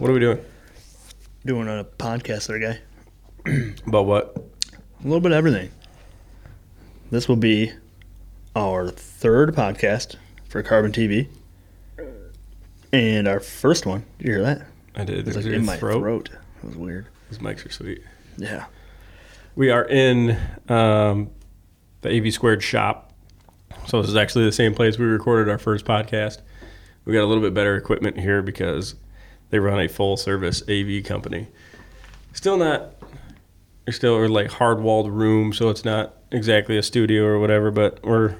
doing? doing a podcast there, guy. About what? A little bit of everything. This will be our third podcast for Carbon TV. And our first one. Did you hear that? I did. It was It like was in my throat. It was weird. Those mics are sweet. Yeah. We are in um, the AV Squared shop. So this is actually the same place we recorded our first podcast. We got a little bit better equipment here because they run a full service AV company. Still not, they're still are like hard walled room, so it's not exactly a studio or whatever. But we're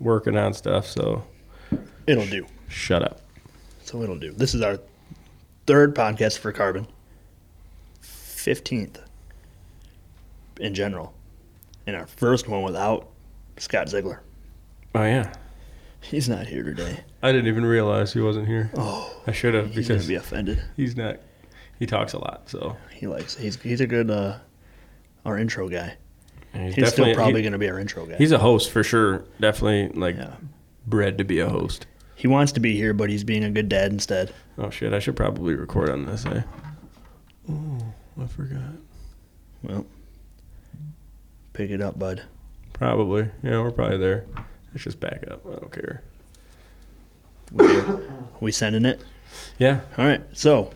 working on stuff, so It'll do. shut up. So it'll do. This is our third podcast for Carbon. 15th in general. And our first one without Scott Ziegler. Oh yeah, He's not here today. I didn't even realize he wasn't here. Oh, I should have he's going because to be offended. he's not. He talks a lot, so He likes he's he's a good uh our intro guy. he's, He's still definitely- probably he- gonna be our intro guy. He's a host for sure. Definitely like yeah. bred to be a host. He wants to be here, but he's being a good dad instead. Oh shit! I should probably record on this. Eh? Oh, I forgot. Well pick it up, bud. Probably. Yeah, we're probably there. Let's just back up. I don't care. We sending it? Yeah. Alright, so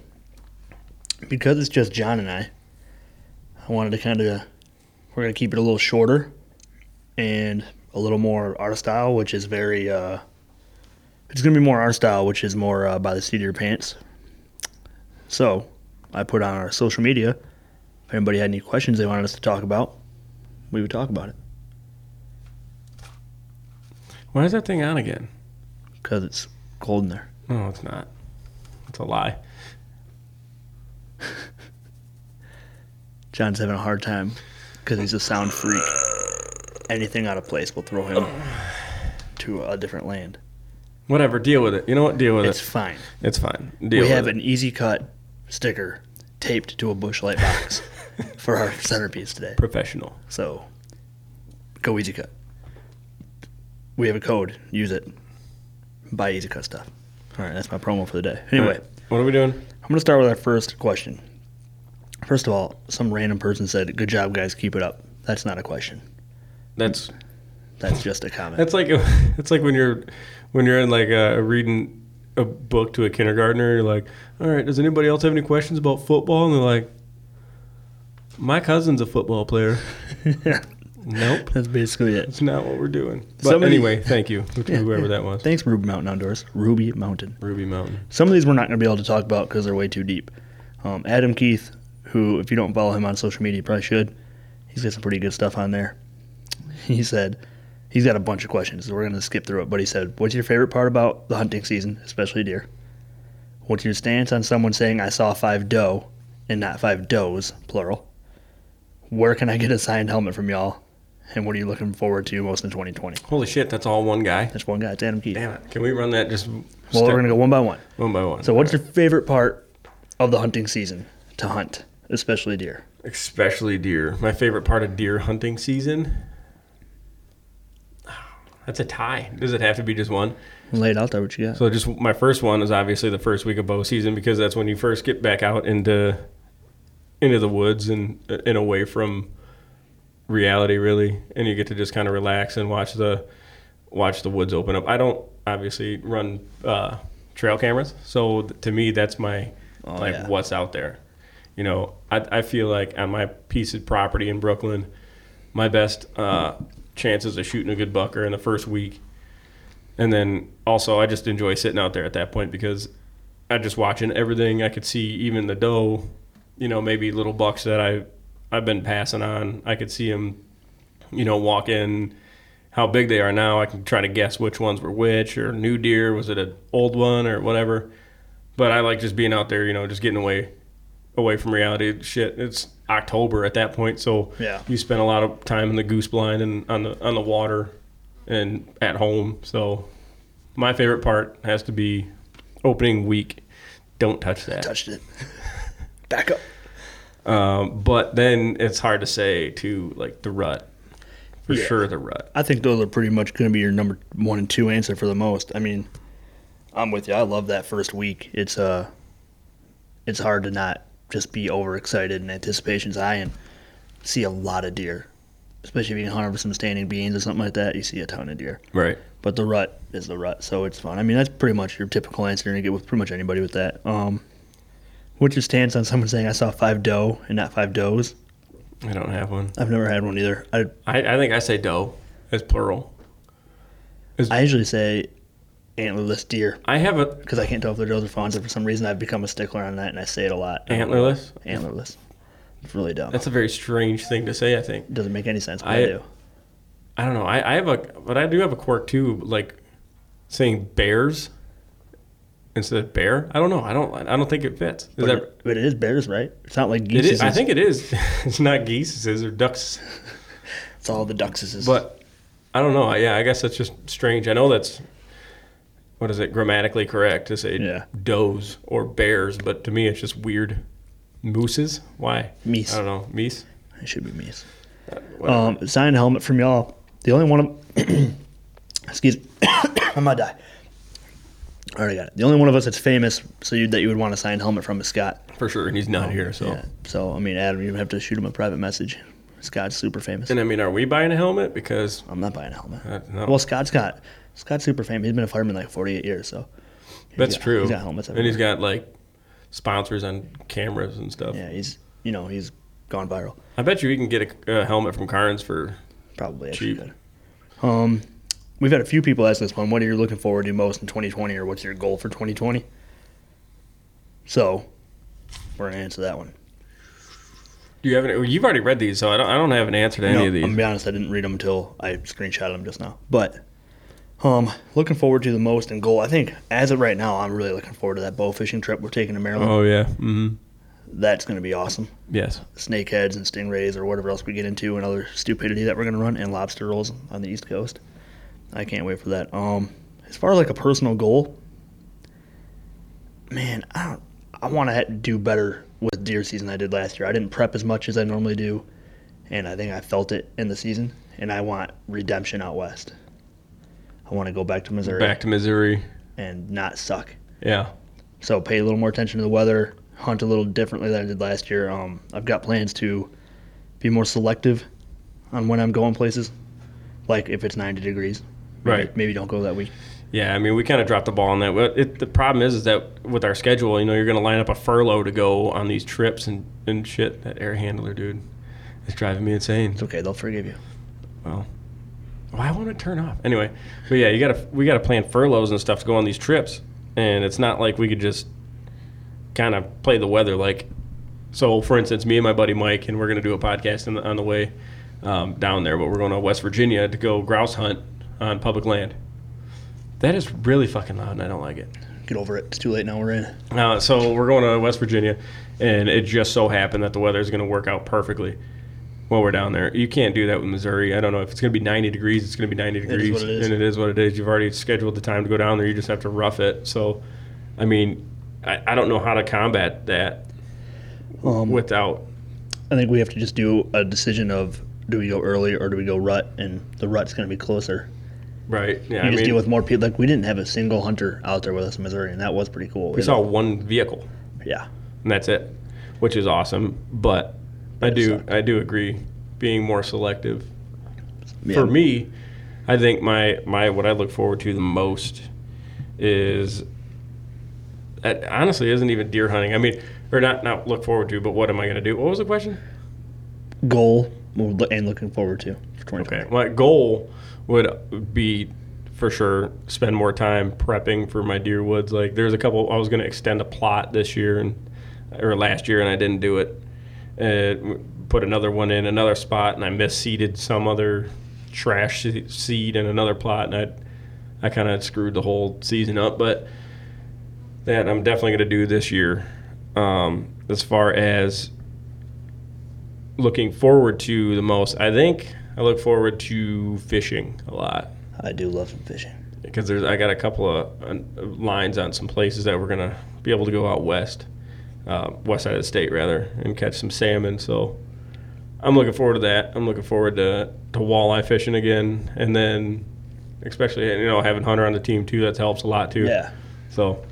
because it's just John and I, I wanted to kinda we're gonna keep it a little shorter and a little more our style, which is very uh it's gonna be more our style, which is more uh, by the seat of your pants. So I put on our social media. If anybody had any questions they wanted us to talk about, we would talk about it Why is that thing on again? because it's cold in there. No, it's not. It's a lie. John's having a hard time because he's a sound freak. Anything out of place will throw him to a different land. Whatever. Deal with it. You know what? Deal with It's it. fine. It's fine. Deal we with have it. an easy cut sticker taped to a bushlight box for our centerpiece today. Professional. So go easy cut. We have a code. Use it. Buy easy cut stuff. All right, that's my promo for the day. Anyway, Alright, What are we doing? I'm going to start with our first question. First of all, some random person said, "Good job, guys. Keep it up." That's not a question. That's That's just a comment. That's like it's like when you're when you're in like uh reading a book to a kindergartner. You're like, all right, does anybody else have any questions about football? And they're like, my cousin's a football player. nope, That's basically it. that's not what we're doing. But Somebody- anyway, thank you to Yeah, whoever yeah. that was. Thanks, Ruby Mountain Outdoors. Ruby Mountain. Ruby Mountain. Some of these we're not going to be able to talk about because they're way too deep. Um, Adam Keith, who, if you don't follow him on social media, you probably should. He's got some pretty good stuff on there. He said, he's got a bunch of questions, so we're going to skip through it. But he said, What's your favorite part about the hunting season, especially deer? What's your stance on someone saying, I saw five doe and not five does, plural? Where can I get a signed helmet from y'all? And what are you looking forward to most in 2020? Holy shit, that's all one guy. That's one guy. It's Adam Keith. Damn it! Can we run that just Well, step- we're gonna go one by one. one by one? So, what's your favorite part of the hunting season to hunt, especially deer? especially deer. My favorite part of deer hunting season. That's a tie. Does it have to be just one? Lay it out there. What you got? So just my first one is obviously the first week of bow season because that's when you first get back out into into the woods and uh, and away from reality really, and you get to just kind of relax and watch the watch the woods open up. I don't obviously run uh, trail cameras, so th- to me that's my Oh, like yeah. what's out there. You know, I I feel like on my piece of property in Brooklyn, my best uh, chances of shooting a good buck are in the first week. And then also, I just enjoy sitting out there at that point because I just watching everything. I could see even the doe, you know, maybe little bucks that I I've been passing on. I could see them, you know, walk in. How big they are now, I can try to guess which ones were which or new deer. Was it an old one or whatever? But I like just being out there, you know, just getting away, away from reality. Shit, it's October at that point, so Yeah. you spend a lot of time in the goose blind and on the on the water and at home. So my favorite part has to be opening week. Don't touch that. Touched it. Back up. Um, but then it's hard to say to like the rut. For Yeah. sure, the rut. I think those are pretty much going to be your number one and two answer for the most. I mean, I'm with you. I love that first week. It's uh, it's hard to not just be overexcited and anticipation's high and see a lot of deer. Especially if you can harvest some standing beans or something like that, you see a ton of deer. Right. But the rut is the rut, so it's fun. I mean, that's pretty much your typical answer you get with pretty much anybody with that. Um, what's your stance on someone saying I saw five doe and not five does? I don't have one. I've never had one either. I I, I think I say doe as plural. I usually say antlerless deer I have a because I can't tell if they're does or fawns. And for some reason, I've become a stickler on that, and I say it a lot. antlerless. Antlerless. It's really dumb. That's a very strange thing to say. I think. doesn't make any sense, but I, I- do. I don't know. I, I have a, but I do have a quirk too. Like saying bears instead of bear. I don't know. I don't. I don't think it fits. Is But, that? it, but it is bears, right? It's not like geese. It is, is- I think it is. it's not geese. They're ducks. it's all the duckses. But I don't know. Yeah, I guess that's just strange. I know that's what is it grammatically correct to say Yeah. does or bears, but to me it's just weird. Mooses? Why? Meese. I don't know. Meese. it should be meese. whatever. Um, sign helmet from y'all. The only one. Of, excuse. me. I'm gonna die. I already got it. The only one of us that's famous, so you that you would want a signed helmet from is Scott. For sure, and he's not here. So, Yeah. So I mean, Adam, you have to shoot him a private message. Scott's super famous. and I mean, are we buying a helmet? Because I'm not buying a helmet. Uh, no. Well, Scott's got Scott's super famous. He's been a fireman like 48 years, so that's got- true. he's got helmets and he's got like sponsors on cameras and stuff. yeah, he's you know he's gone viral. I bet you he can get a, a helmet from Carnes for. Probably Cheap. actually good. Um, we've had a few people ask this one. What are you looking forward to most in 2020, or what's your goal for 2020? So we're gonna answer that one. Do you have any? You've already read these, so I don't. I don't have an answer to any No, of these. I'm gonna be honest, I didn't read them until I screenshotted them just now. But um, looking forward to the most in goal. I think as of right now, I'm really looking forward to that bow fishing trip we're taking to Maryland. oh yeah. hmm That's gonna be awesome. Yes. snakeheads and stingrays or whatever else we get into and other stupidity that we're going to run and lobster rolls on the east coast i can't wait for that um as far as like a personal goal man i don't i want to do better with deer season than i did last year i didn't prep as much as i normally do and i think i felt it in the season and i want redemption out west i want to go back to missouri Back to Missouri. and not suck Yeah. so pay a little more attention to the weather, hunt a little differently than I did last year. Um, I've got plans to be more selective on when I'm going places. Like if it's 90 degrees, maybe- Right. Maybe don't go that week. Yeah, I mean, we kind of dropped the ball on that. But It, the problem is, is that with our schedule, you know, you're going to line up a furlough to go on these trips and, and shit. That air handler, dude, is driving me insane. It's okay, they'll forgive you. Well, why won't it turn off? Anyway, but yeah, you got to we got to plan furloughs and stuff to go on these trips, and it's not like we could just kind of play the weather. Like, so for instance, me and my buddy Mike, and we're going to do a podcast on the, on the way um, down there, but we're going to West Virginia to go grouse hunt on public land. That is really fucking loud, and I don't like it. Get over it. It's too late now. We're in. Uh, so we're going to West Virginia, and it just so happened that the weather is going to work out perfectly while we're down there. You can't do that with Missouri. I don't know if it's going to be 90 degrees. It's going to be 90 is degrees, what it is. and it is what it is. You've already scheduled the time to go down there. You just have to rough it. So, I mean, I, I don't know how to combat that Um, without. I think we have to just do a decision of do we go early or do we go rut, and the rut's going to be closer. Right. Yeah. You I just mean, deal with more people. Like we didn't have a single hunter out there with us in Missouri, and that was pretty cool. we saw one vehicle. yeah. and that's it, which is awesome. But I it do sucked. I do agree being more selective. Yeah. For me, I think my my what I look forward to the most is that honestly isn't even deer hunting. I mean, or not not look forward to, but what am I going to do? What was the question? Goal and looking forward to for 2020. Okay. My goal would be for sure spend more time prepping for my deer woods. Like there's a couple I was going to extend a plot this year and or last year and I didn't do it. Uh, put another one in another spot and I misseeded some other trash se- seed in another plot and I I kind of screwed the whole season up, but that I'm definitely going to do this year. Um, as far as looking forward to the most, I think I look forward to fishing a lot I do love some fishing. because there's I got a couple of uh, lines on some places that we're gonna be able to go out west, uh, west side of the state rather, and catch some salmon. So I'm looking forward to that. I'm looking forward to to walleye fishing again, and then especially you know having Hunter on the team too. That helps a lot too. Yeah. So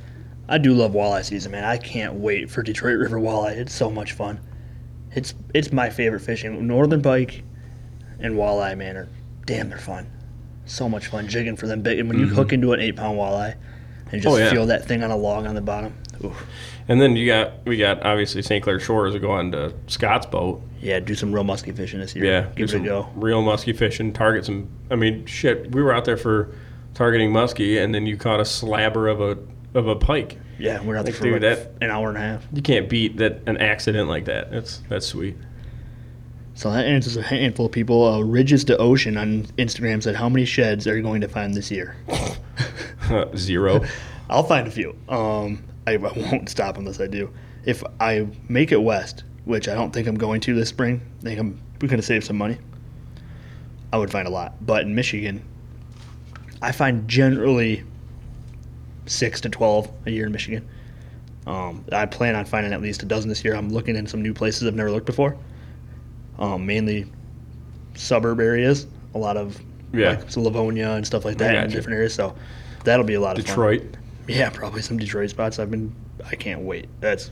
I do love walleye season, man. I can't wait for Detroit River walleye. It's so much fun. It's it's my favorite fishing. Northern pike and walleye, man, are damn they're fun. So much fun jigging for them big. And when you hook into an eight pound walleye and just Mm-hmm. Oh, yeah. feel that thing on a log on the bottom, oof. And then you got we got obviously St. Clair Shores going to Scott's boat. yeah, do some real musky fishing this year. Yeah, do give it a some go. Real muskie fishing. Target some. I mean, shit. We were out there for targeting muskie, and then you caught a slabber of a of a pike. Yeah, we're out there Like, for dude, like that- an hour and a half. You can't beat that an accident like that. That's that's sweet. So that answers a handful of people. Uh, Ridges to Ocean on Instagram said, "How many sheds are you going to find this year?" Uh, Zero. I'll find a few. Um, I, I won't stop unless I do. If I make it west, which I don't think I'm going to this spring, I think I'm we're gonna save some money. I would find a lot, but in Michigan, I find generally six to twelve a year in Michigan. Um, I plan on finding at least a dozen this year. I'm looking in some new places I've never looked before, um, mainly suburb areas. A lot of Yeah. like so Livonia and stuff like that, got in you. different areas. So that'll be a lot of fun. Detroit. Yeah, probably some Detroit spots. I've been. I can't wait. That's.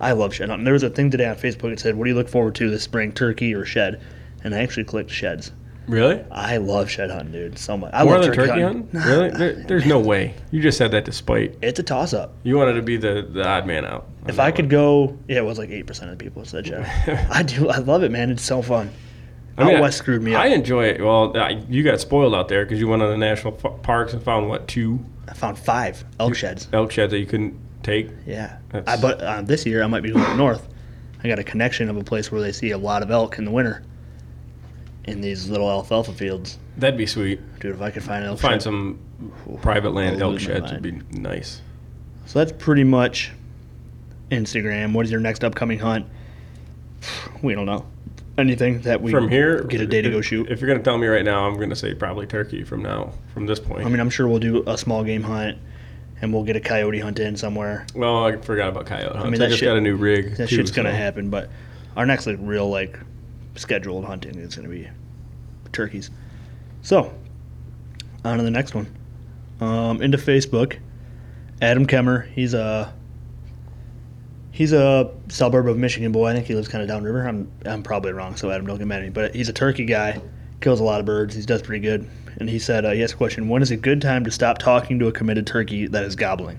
I love shed hunting. There was a thing today on Facebook. It said, "What do you look forward to this spring? Turkey or shed?" And I actually clicked sheds. Really? I love shed hunting, dude, so much. I More love than turkey hunting? Really? There, there's no way. You just said that to spite. It's a toss up. You wanted to be the, the odd man out. on If that I one. could go, yeah, it was like eight percent of the people that said shed. I do. I love it, man. It's so fun. I mean, Out I- west screwed me up. I I, enjoy it. Well, I, you got spoiled out there because you went on the national p- parks and found what two found five elk sheds. elk sheds that you couldn't take. Yeah. I, That's- but uh, this year I might be going up north. I got a connection of a place where they see a lot of elk in the winter. In these little alfalfa fields, That'd be sweet. dude. If I could find an elk shed, Find some private land I'll elk lose my sheds would be nice. So that's pretty much Instagram. What is your next upcoming hunt? We don't know anything that we From here, uh, get a day to if- go shoot. If you're gonna tell me right now, I'm gonna say probably turkey from now from this point. I mean, I'm sure we'll do a small game hunt, and we'll get a coyote hunt in somewhere. well, I forgot about coyote hunts. I, mean, that just shit- got a new rig. That too, shit's gonna so- happen. But our next like real like scheduled hunting is gonna be turkeys. So on to the next one. Um, into Facebook, Adam Kemmer. He's a he's a suburb of Michigan boy. I think he lives kind of downriver. I'm I'm probably wrong, so Adam, don't get mad at me. But he's a turkey guy. Kills a lot of birds. He does pretty good. And he said, uh, "Yes, question. When is a good time to stop talking to a committed turkey that is gobbling?"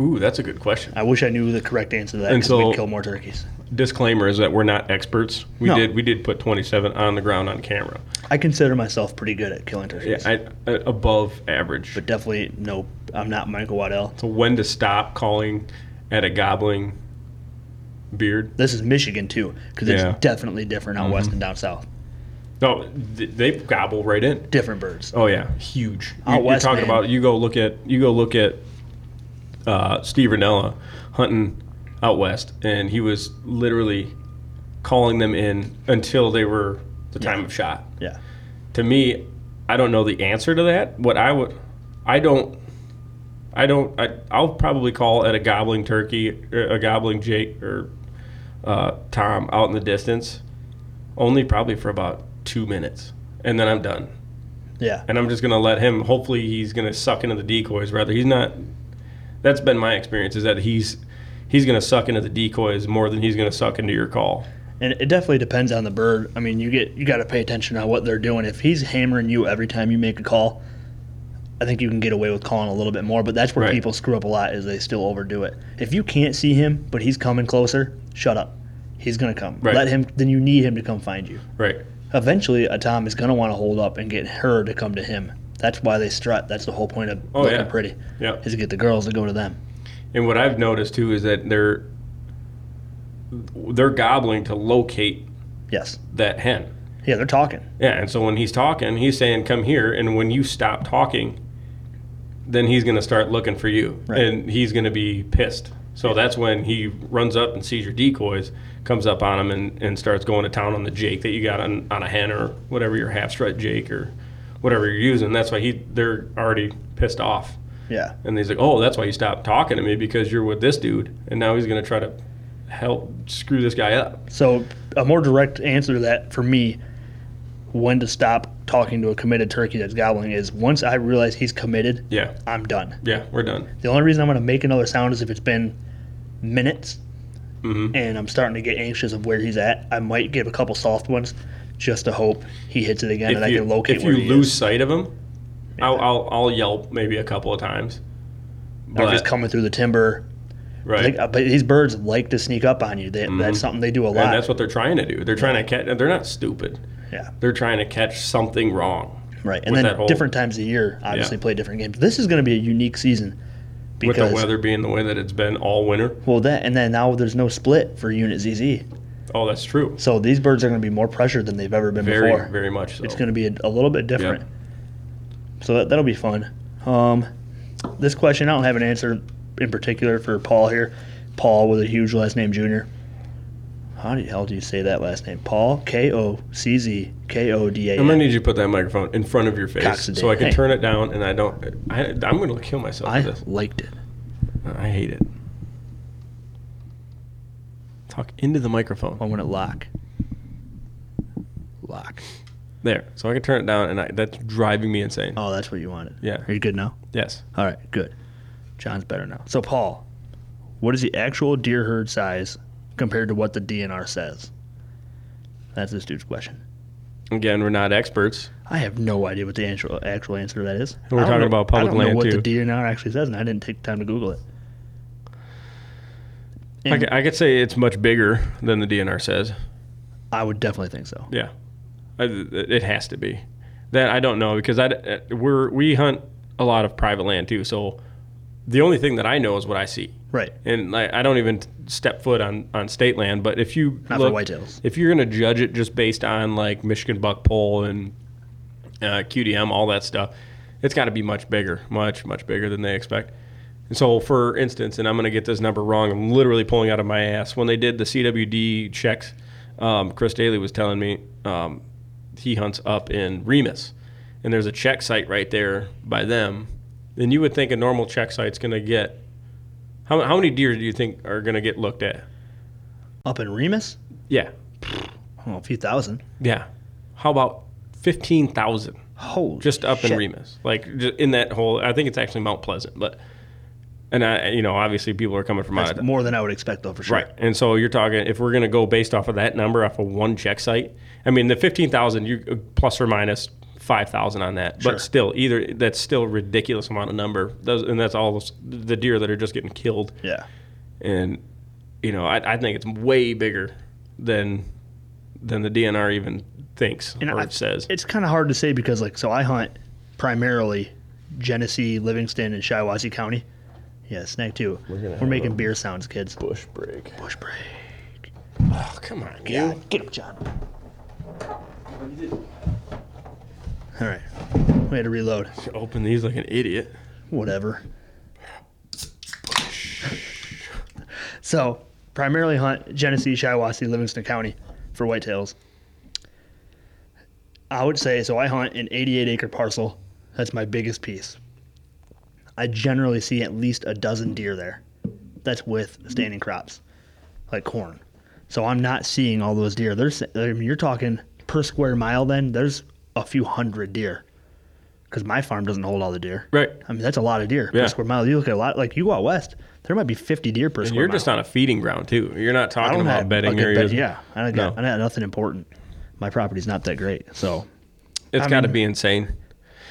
Ooh, that's a good question. I wish I knew the correct answer to that And because so- we'd kill more turkeys. Disclaimer is that we're not experts. We No. did we did put 27 on the ground on camera. I consider myself pretty good at killing Yeah, turkeys. I, I, above average. but definitely, no, I'm not Michael Waddell. So when to stop calling at a gobbling beard? This is Michigan, too, because Yeah. Mm-hmm. it's definitely different out west and down south. No, th- they gobble right in. Different birds. Oh yeah, huge. Out You, west, are talking man. about you go look at you go look at uh, Steve Ranella hunting out west, and he was literally calling them in until they were the time of shot. Yeah. to me, I don't know the answer to that. What I would, I don't, I don't, I, I'll probably call at a gobbling turkey, or a gobbling Jake or uh, Tom out in the distance, only probably for about two minutes, and then I'm done. Yeah. And I'm just gonna let him. Hopefully, he's gonna suck into the decoys. Rather, he's not. That's been my experience is that he's he's gonna suck into the decoys more than he's gonna suck into your call. And it definitely depends on the bird. I mean, you get you got to pay attention on what they're doing. If he's hammering you every time you make a call, I think you can get away with calling a little bit more. But that's where Right. people screw up a lot is they still overdo it. If you can't see him, but he's coming closer, shut up. He's gonna come. Right. Let him. Then you need him to come find you. Right. eventually a Tom is going to want to hold up and get her to come to him. That's why they strut. That's the whole point of Oh, looking yeah. pretty Yeah. is to get the girls to go to them. And what I've noticed too is that they're they're gobbling to locate Yes. that hen. Yeah, they're talking. Yeah, and so when he's talking, he's saying, "Come here." And when you stop talking, then he's going to start looking for you, Right. and he's going to be pissed. So that's when he runs up and sees your decoys, comes up on him, and, and starts going to town on the jake that you got on, on a hen or whatever your half strut jake or whatever you're using. That's why he they're already pissed off. Yeah. And he's like, "Oh, that's why you stopped talking to me because you're with this dude, and now he's gonna try to help screw this guy up." So a more direct answer to that for me when to stop talking to a committed turkey that's gobbling is once I realize he's committed, Yeah, I'm done. yeah, we're done. The only reason I'm going to make another sound is if it's been minutes hmm and I'm starting to get anxious of where he's at. I might give a couple soft ones just to hope he hits it again and If I you, can locate if where you he lose is. sight of him, I'll, I'll I'll yelp maybe a couple of times. Or if he's But coming through the timber. right, Mm-hmm. Like, uh, but these birds like to sneak up on you. They, That's something they do a and lot. that's what they're trying to do. They're trying to catch. They're not stupid. yeah, They're trying to catch something wrong. right. And with that then whole- different times of year, obviously, play different games. This is going to be a unique season With because the weather being the way that it's been all winter. well, that and then now there's no split for Unit ZZ, Oh, that's true. so these birds are going to be more pressured than they've ever been Very, before. very much so. It's going to be a, a little bit different. So that, that'll be fun. Um, this question, I don't have an answer in particular for Paul here. Paul with a huge last name, Junior. How the hell do you say that last name? Paul K O C Z K O D A. I'm gonna N. need you to put that microphone in front of your face Coxidate. so I can Hey. turn it down and I don't. I, I'm gonna kill myself. I with this. liked it. I hate it. Talk into the microphone. I want it lock. Lock. There, so I can turn it down, and I, that's driving me insane. Oh, that's what you wanted. Yeah. Are you good now? Yes, All right, good. John's better now. So, Paul, what is the actual deer herd size compared to what the DNR says? That's this dude's question. again, we're not experts. I have no idea what the actual, actual answer to that is. We're I don't talking know- about public I don't know land, what too. the DNR actually says, and I didn't take time to Google it. And I, c- I could say it's much bigger than the DNR says. I would definitely think so. Yeah, I, it has to be. That I don't know because I we're we hunt a lot of private land too. So the only thing that I know is what I see. Right. and like I don't even step foot on on state land. But if you Not for look, whitetails. if you're gonna judge it just based on like Michigan buck pole and uh, QDM, all that stuff, it's got to be much bigger, much much bigger than they expect. And so, for instance, and I'm gonna get this number wrong. I'm literally pulling out of my ass when they did the CWD checks. Um, Chris Daly was telling me um, he hunts up in Remus, and there's a check site right there by them. And you would think a normal check site's gonna get how, how many deer do you think are going to get looked at? Up in Remus? Yeah. Oh, a few thousand. Yeah. How about 15,000 Holy just up in shit. Remus? Like ju- in that whole, I think it's actually Mount Pleasant, but, and I, you know, obviously people are coming from out of That's more than I would expect, though, for sure. Right. And so you're talking, if we're going to go based off of that number, off of one check site, I mean, the 15,000, you uh, plus or minus 5,000 on that. Sure. But still, either that's still a ridiculous amount of number. Those, and that's all those, the deer that are just getting killed. Yeah. and you know I, I think it's way bigger than than the DNR even thinks And or I- says. It's kind of hard to say because, like, so I hunt primarily Genesee, Livingston, and Shiawassee County. Yeah, snag too. We're, making beer sounds, kids. Bush break. Bush break. Oh come on, Yeah, you. get up, John. All right, we had to reload. You Open these like an idiot. Whatever. so, primarily hunt Genesee, Shiawassee, Livingston County for whitetails. I would say so. I hunt an 88 acre parcel. That's my biggest piece. I generally see at least a dozen deer there. That's with standing crops, like corn. So I'm not seeing all those deer. There's, I mean, you're talking per square mile. Then there's a few hundred deer, because my farm doesn't hold all the deer. Right. I mean, that's a lot of deer Yeah. per square mile. You look at a lot, like you go out west, there might be 50 deer per And square you're mile. just on a feeding ground too. You're not I talking don't about have a bedding good areas. bed- yeah, I don't got, No. I got nothing important. My property's not that great, so It's I got to mean- be insane.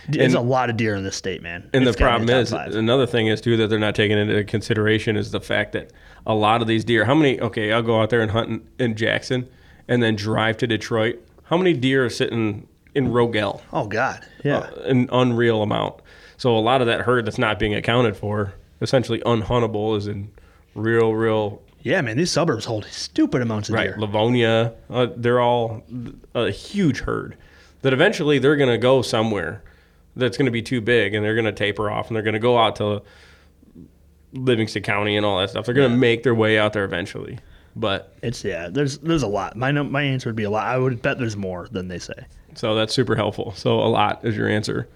there's And- a lot of deer in this state, man. And It's the gotta be problem is uh, top five. another thing is too that they're not taking into consideration is the fact that a lot of these deer. How many? Okay, I'll go out there and hunt in, in Jackson, and then drive to Detroit. How many deer are sitting in Rogel? oh god, yeah, uh, an unreal amount. So a lot of that herd that's not being accounted for, essentially unhuntable, is in real, real yeah, man. These suburbs hold stupid amounts of right. deer. Livonia, uh, they're all a huge herd that eventually they're going to go somewhere that's going to be too big, and they're going to taper off, and they're going to go out to Livingston County and all that stuff. They're going to make their way out there eventually, but It's yeah. There's there's a lot. My num- my answer would be a lot. I would bet there's more than they say. so that's super helpful. So a lot is your answer.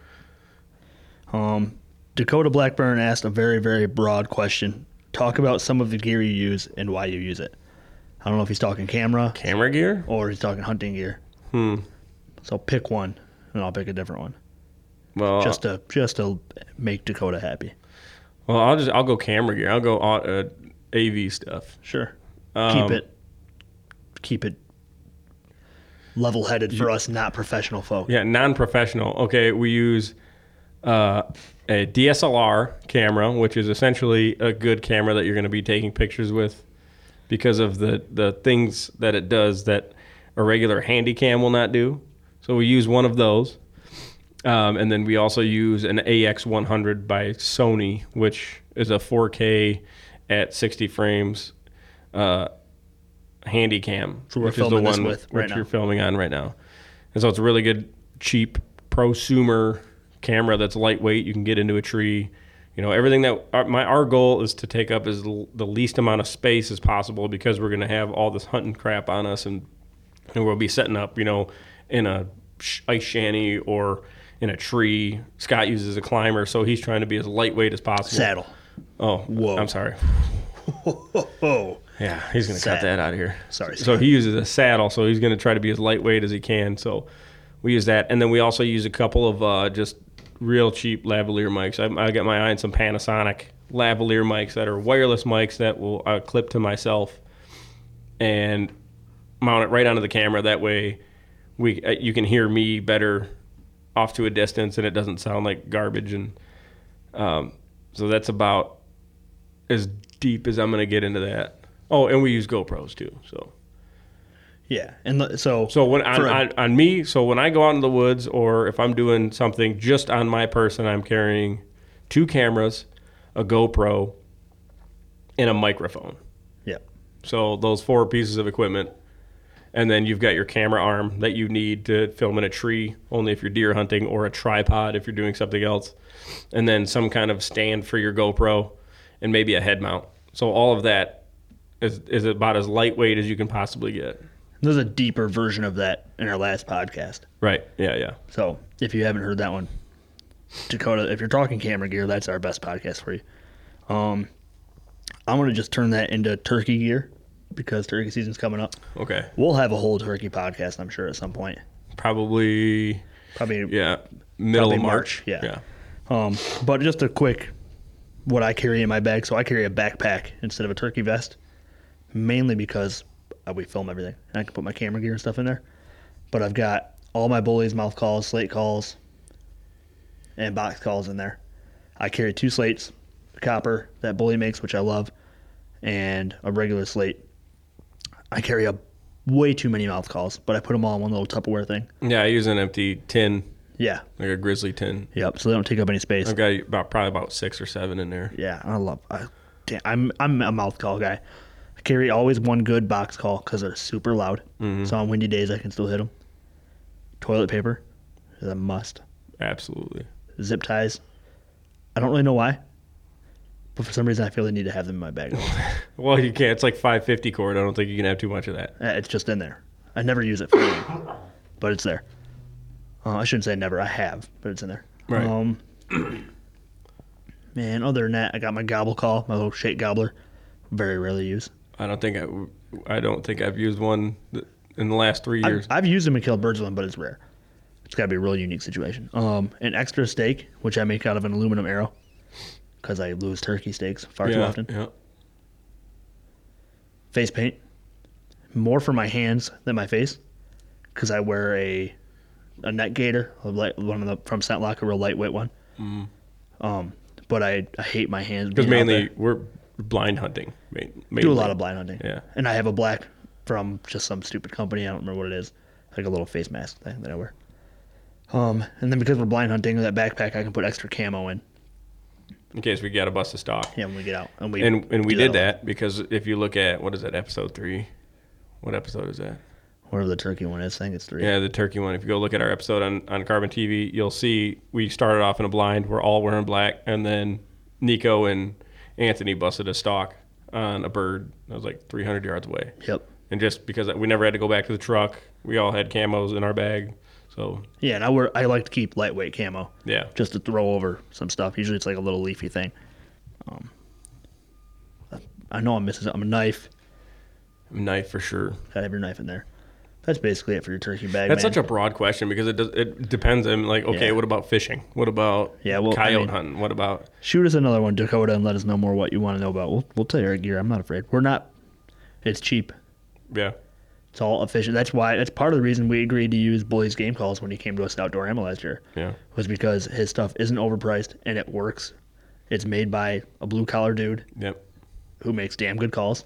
Um, Dakota Blackburn asked a very very broad question. Talk about some of the gear you use and why you use it. I don't know if he's talking camera Camera gear. Hmm. or he's talking hunting gear. So pick one, and I'll pick a different one Well, just to just to make Dakota happy. well, I'll just I'll go camera gear. I'll go au- uh, AV stuff. Sure. Um, keep it keep it level headed for us not professional folk. Yeah, non-professional. Okay, we use uh, a DSLR camera, which is essentially a good camera that you're going to be taking pictures with, because of the the things that it does that a regular handy cam will not do. So we use one of those, um, and then we also use an AX100 by Sony, which is a 4K at 60 frames. Uh, handy cam So we're which is the filming this one with right which now. you're filming on right now and so it's a really good, cheap prosumer camera that's lightweight. You can get into a tree. You know, everything that our, my our goal is to take up is l- the least amount of space as possible because we're going to have all this hunting crap on us, and and we'll be setting up, you know, in a sh- ice shanty or in a tree. Scott uses a climber, so he's trying to be as lightweight as possible. Saddle. Oh, Whoa. I'm sorry. Oh. Yeah, he's going to cut Saddle. that out of here. Sorry, So he uses a saddle, so he's going to try to be as lightweight as he can. So we use that, and then we also use a couple of uh, just real cheap lavalier mics. I, I got my eye on some Panasonic lavalier mics that are wireless mics that will uh, clip to myself and mount it right onto the camera. That way, we uh, you can hear me better off to a distance, and it doesn't sound like garbage. And um, so that's about as deep as I'm going to get into that. Oh, and we use GoPros too. So Yeah. And the, so so when on, For a- on, on me, so when I go out into the woods or if I'm doing something just on my person, I'm carrying two cameras, a GoPro, and a microphone. yeah. So those four pieces of equipment, and then you've got your camera arm that you need to film in a tree, only if you're deer hunting, or a tripod if you're doing something else, and then some kind of stand for your GoPro, and maybe a head mount. So all of that is is about as lightweight as you can possibly get. There's a deeper version of that in our last podcast. Right. Yeah. Yeah. So if you haven't heard that one, Dakota, if you're talking camera gear, that's our best podcast for you. Um, I'm gonna just turn that into turkey gear because turkey season's coming up. Okay. We'll have a whole turkey podcast, I'm sure, at some point. Probably. Probably Yeah. Middle Probably of March. March, yeah. Um, but just a quick what I carry in my bag. So I carry a backpack instead of a turkey vest, mainly because uh, we film everything and I can put my camera gear and stuff in there. But I've got all my bullies, mouth calls, slate calls, and box calls in there. I carry two slates, copper that bully makes, which I love, and a regular slate. I carry a way too many mouth calls, but I put them all in one little Tupperware thing. Yeah. I use an empty tin, Yeah. like a grizzly tin. Yep. So they don't take up any space. I've got about probably about six or seven in there. Yeah, I love. I, damn, I'm I'm a mouth call guy. I carry always one good box call because they're super loud. So on windy days I can still hit them. Toilet paper is a must. Absolutely. Zip ties. I don't really know why, but for some reason I feel the need to have them in my bag. Uh, Well, you can't. It's like 550 cord. I don't think you can have too much of that. Eh, it's just in there. I never use it for anything, but it's there. Uh, I shouldn't say never. I have, but it's in there. Right. Um, man, other than that, I got my gobble call, my little shake gobbler. Very rarely use. I don't think I. I don't think I've used one th- in the last three years. I've, I've used them to kill birds with them, but it's rare. It's got to be a real unique situation. Um, an extra steak, which I make out of an aluminum arrow, because I lose turkey steaks far too yeah, often. yeah. Face paint, more for my hands than my face, because I wear a a net gaiter, a light, one of the from Scentlock, a real lightweight one. Um, but I, I hate my hands Because being out Mm-hmm. mainly there. we're blind hunting. main- Mainly. do a lot of blind hunting. Yeah. and I have a black from just some stupid company. I don't remember what it is, like a little face mask thing that I wear. Um, and then because we're blind hunting with that backpack, I can put extra camo in. In case we got to bust a stock. Yeah, when we get out, and we And and we do did a lot. that because if you look at what is that episode three? What episode is that? Whatever the turkey one is, I think it's three. Yeah, the turkey one. If you go look at our episode on, on Carbon TV, you'll see we started off in a blind. We're all wearing black, and then Nico and Anthony busted a stalk on a bird that was like 300 yards away. Yep. And just because we never had to go back to the truck, we all had camos in our bag. So Yeah, and I wear I like to keep lightweight camo yeah, just to throw over some stuff. Usually it's like a little leafy thing. Um, I know I'm missing. I'm a knife. knife for sure. Gotta have your knife in there. That's basically it for your turkey bag. That's man. such a broad question because it does, it depends. on like, okay, Yeah. what about fishing? What about Yeah, well, I coyote mean- hunting? What about shoot us another one, Dakota, and let us know more what you want to know about. We'll we'll tell you our gear. I'm not afraid. We're not. It's cheap. yeah? It's all efficient. That's why. That's part of the reason we agreed to use Bully's game calls when he came to us at Outdoor Ammo last year. Yeah. Was because his stuff isn't overpriced and it works. It's made by a blue collar dude Yep. who makes damn good calls.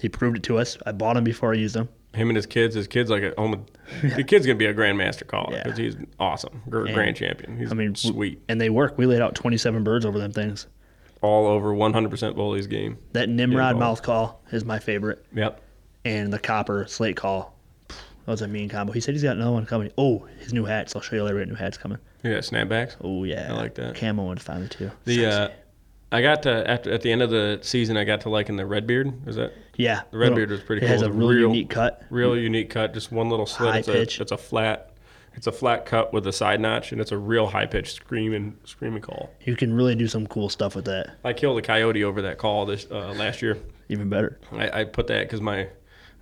He proved it to us. I bought him before I used him. Him and his kids. His kids like a home. The kid's gonna be a grandmaster caller Yeah. because he's awesome, gr- grand champion. He's I mean, w- sweet, And they work. We laid out 27 birds over them things. all over 100% bullies game. That Nimrod Yeah, mouth call is my favorite. Yep. and the copper slate call. Pff, That was a mean combo. He said he's got another one coming. Oh, his new hats. I'll show you later. New hats coming. Yeah, snapbacks. Oh yeah, I like that. Camo one finally too. The Sexy. uh, I got to after at the end of the season, I got to liking the Redbeard. Is that yeah, the red beard was pretty It has cool. a really Real- unique cut. real unique cut? Just one little slit. Mm. High it's pitch. A, it's a flat. It's a flat cut with a side notch, and it's a real high pitched screaming screaming call. You can really do some cool stuff with that. I killed a coyote over that call this uh, last year. Even better. I, I put that because my I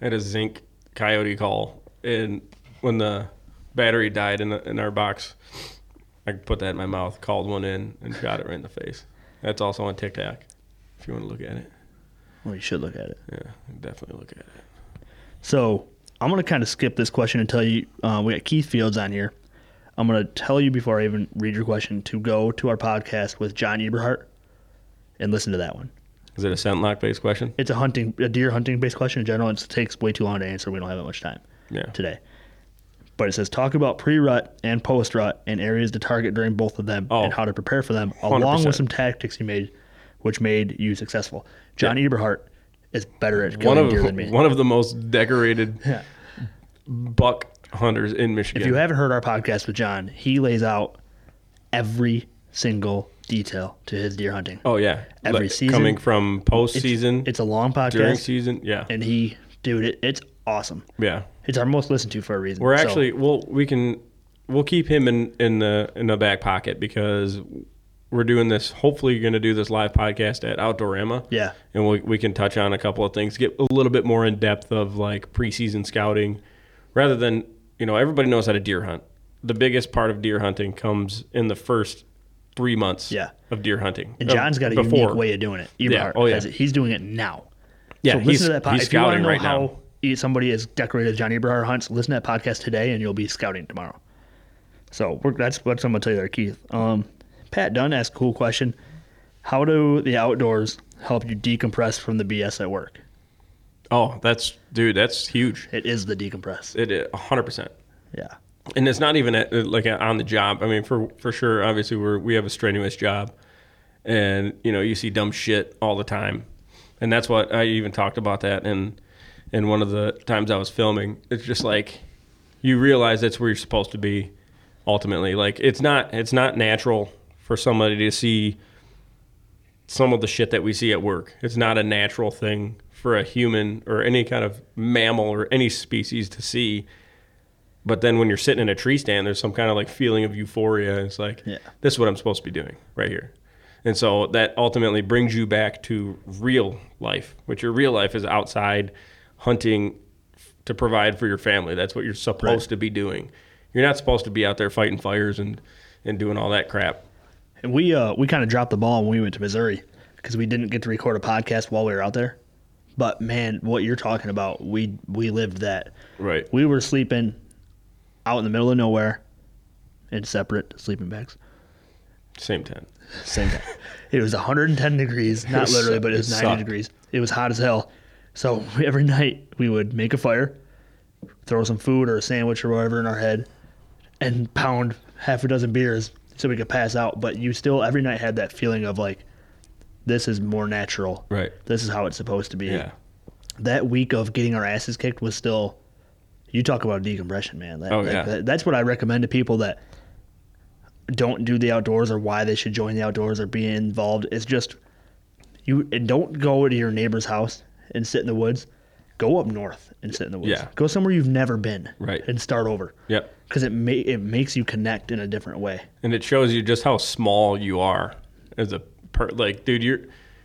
had a zinc coyote call, and when the battery died in the, in our box, I put that in my mouth, called one in, and shot it right in the face. That's also on TikTok. If you want to look at it, Well, you should look at it. yeah, definitely look at it. So I'm gonna kind of skip this question and tell you uh, we got Keith Fields on here. I'm gonna tell you before I even read your question to go to our podcast with John Eberhart and listen to that one. Is it a scent lock based question? It's a hunting, a deer hunting based question in general. It takes way too long to answer. We don't have that much time. Yeah. today. But it says talk about pre rut and post rut and areas to target during both of them Oh. and how to prepare for them, along 100%. with some tactics you made, which made you successful. John Eberhart is better at One killing of deer than me. one of the most decorated Yeah. buck hunters in Michigan. If you haven't heard our podcast with John, he lays out every single detail to his deer hunting. oh yeah, Every season. coming from post season, It's a long during podcast, season, yeah, and he, dude, it, it's awesome. yeah. It's our most listened to for a reason. We're So, actually well, we can we'll keep him in in the in the back pocket because we're doing this. Hopefully, going to do this live podcast at Outdoorama. yeah, and we we can touch on a couple of things, get a little bit more in depth of like preseason scouting, rather than you know everybody knows how to deer hunt. The biggest part of deer hunting comes in the first three months Yeah. of deer hunting. And Uh, John's got a before. unique way of doing it. Yeah, Eberhard oh, yeah. has it. He's doing it now. Yeah, so he's- listen to that podcast. he's If you want scouting to know right how now. e- somebody is decorated as Johnny Eberhard hunts, listen to that podcast today, and you'll be scouting tomorrow. So we're, that's what I'm going to tell you there, Keith. Um, Pat Dunn asked a cool question. How do the outdoors help you decompress from the BS at work? Oh, that's dude, that's huge. It is the decompress. It hundred percent. Yeah. and it's not even at, like on the job. I mean, for for sure, obviously we're we have a strenuous job, and you know you see dumb shit all the time, and that's what I even talked about that in in one of the times I was filming. It's just like you realize that's where you're supposed to be, ultimately. Like it's not it's not natural for somebody to see some of the shit that we see at work. It's not a natural thing for a human or any kind of mammal or any species to see. But then when you're sitting in a tree stand, there's some kind of like feeling of euphoria. It's like, Yeah. this is what I'm supposed to be doing right here. And so that ultimately brings you back to real life, which your real life is outside hunting f- to provide for your family. That's what you're supposed to be doing. You're not supposed to be out there fighting fires and, and doing all that crap. And we uh, we kind of dropped the ball when we went to Missouri because we didn't get to record a podcast while we were out there. But man, what you're talking about, we we lived that. Right. We were sleeping out in the middle of nowhere in separate sleeping bags. Same tent. Same thing. it was 110 degrees, not was literally, su- but it it was 90 sucked. degrees. It was hot as hell. So every night we would make a fire, throw some food or a sandwich or whatever in our head, and pound half a dozen beers so we could pass out. But you still every night had that feeling of like, this is more natural. Right. This is how it's supposed to be. Yeah. That week of getting our asses kicked was still. You talk about decompression, man. That, Oh, like, yeah. that- that's what I recommend to people that don't do the outdoors or why they should join the outdoors or be involved. It's just you and don't go to your neighbor's house and sit in the woods. Go up north and sit in the woods. Yeah. Go somewhere you've never been. Right. And start over. Yep. Because it may it makes you connect in a different way. and it shows you just how small you are as a per like dude you're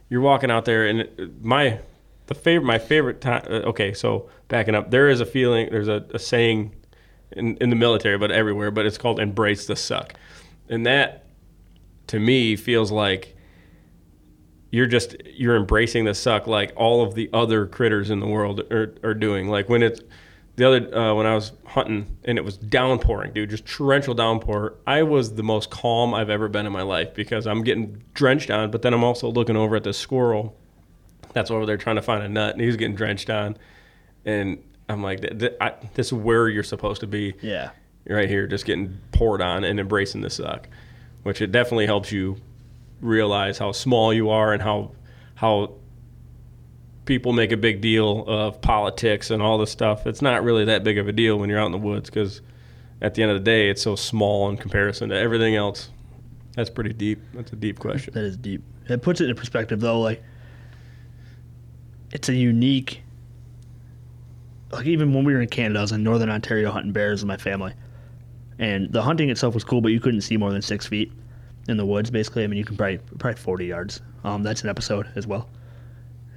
you're walking out there and it, my the favorite my favorite time okay so backing up there is a feeling there's a, a saying in, in the military but everywhere but it's called embrace the suck and that to me feels like you're just you're embracing the suck like all of the other critters in the world are, are doing like when it's the other uh, when i was hunting and it was downpouring dude just torrential downpour i was the most calm i've ever been in my life because i'm getting drenched on but then i'm also looking over at this squirrel that's over there trying to find a nut and he's getting drenched on and i'm like th- th- I, this is where you're supposed to be Yeah. right here just getting poured on and embracing the suck which it definitely helps you realize how small you are and how how people make a big deal of politics and all this stuff it's not really that big of a deal when you're out in the woods because at the end of the day it's so small in comparison to everything else that's pretty deep that's a deep question That is deep. It puts it in perspective though, like it's a unique like even when we were in Canada, I was in northern Ontario hunting bears with my family. And the hunting itself was cool, but you couldn't see more than six feet in the woods basically. I mean you can probably probably forty yards. Um that's an episode as well.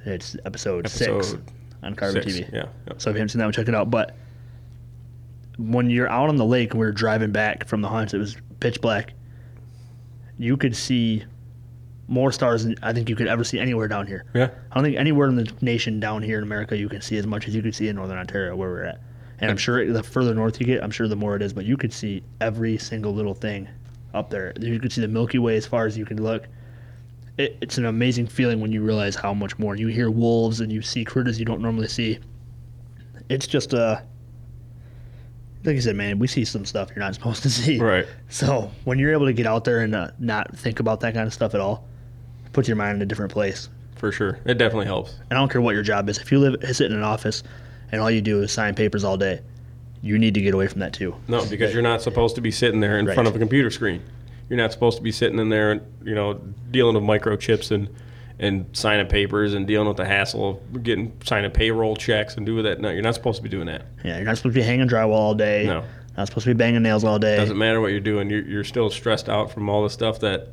It's episode, six Episode on Carbon Six, TV. yeah, yeah. So if you haven't seen that one, check it out. But when you're out on the lake and we were driving back from the hunts, it was pitch black. You could see more stars than I think you could ever see anywhere down here. yeah I don't think anywhere in the nation down here in America you can see as much as you could see in northern Ontario where we're at. And I'm sure the further north you get, I'm sure the more it is, but you could see every single little thing up there. You could see the Milky Way as far as you can look. It, it's an amazing feeling when you realize how much more. You hear wolves and you see critters you don't normally see. It's just uh like you said, man, we see some stuff you're not supposed to see. right So when you're able to get out there and uh, not think about that kind of stuff at all, it puts your mind in a different place. for sure it definitely helps And I don't care what your job is. If you live sit in an office and all you do is sign papers all day, you need to get away from that too. No, because you're not supposed to be sitting there in front Right. of a computer screen. You're not supposed to be sitting in there, and you know, dealing with microchips and and signing papers and dealing with the hassle of getting signing payroll checks and doing that. No, you're not supposed to be doing that. Yeah, you're not supposed to be hanging drywall all day. No. Not supposed to be banging nails all day. Doesn't matter what you're doing. You're, you're still stressed out from all the stuff that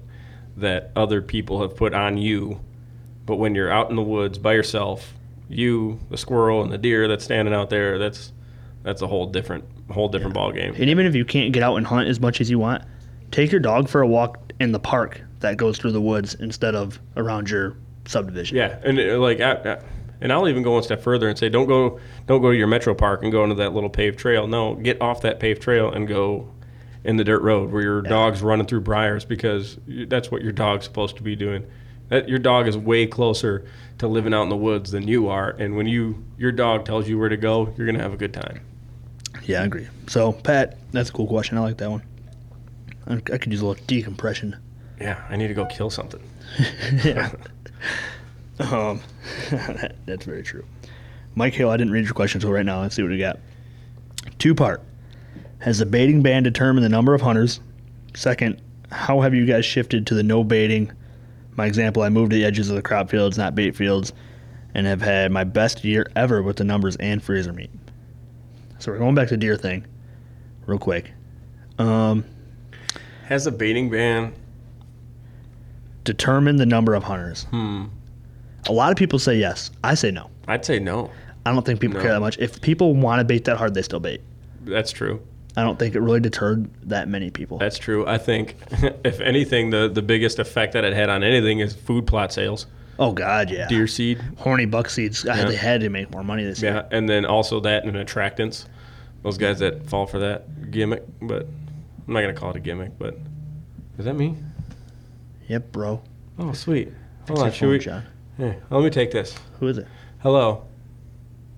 that other people have put on you. But when you're out in the woods by yourself, you, the squirrel, and the deer that's standing out there, that's that's a whole different whole different ball game. And even if you can't get out and hunt as much as you want, take your dog for a walk in the park that goes through the woods instead of around your subdivision. Yeah, and uh, like, I, I, and I'll even go one step further and say, don't go, don't go to your metro park and go into that little paved trail. No, get off that paved trail and go in the dirt road where your dog's running through briars because you, that's what your dog's supposed to be doing. That your dog is way closer to living out in the woods than you are, and when you your dog tells you where to go, you're gonna have a good time. Yeah, I agree. So, Pat, that's a cool question. I like that one. I, I could use a little decompression. Yeah, I need to go kill something. yeah. Um, that, that's very true. Mike Hill, I didn't read your question until right now. Let's see what we got. Two part. Has the baiting ban determined the number of hunters? Second, how have you guys shifted to the no baiting? My example, I moved to the edges of the crop fields, not bait fields, and have had my best year ever with the numbers and freezer meat. So we're going back to deer thing real quick. Um, Has a baiting ban? determine the number of hunters. Hmm. A lot of people say yes. I say no. I'd say no. I don't think people No. care that much. If people want to bait that hard, they still bait. That's true. I don't think it really deterred that many people. That's true. I think, if anything, the, the biggest effect that it had on anything is food plot sales. Oh God, yeah. deer seed. Horny buck seeds. God, Yeah. They had to make more money this year. Yeah, and then also that and attractants. Those guys that fall for that gimmick, but I'm not gonna call it a gimmick. But is that me? Yep, bro. Oh, sweet. Hold It's on, your should phone, we? John. Here, let me take this. Who is it? Hello.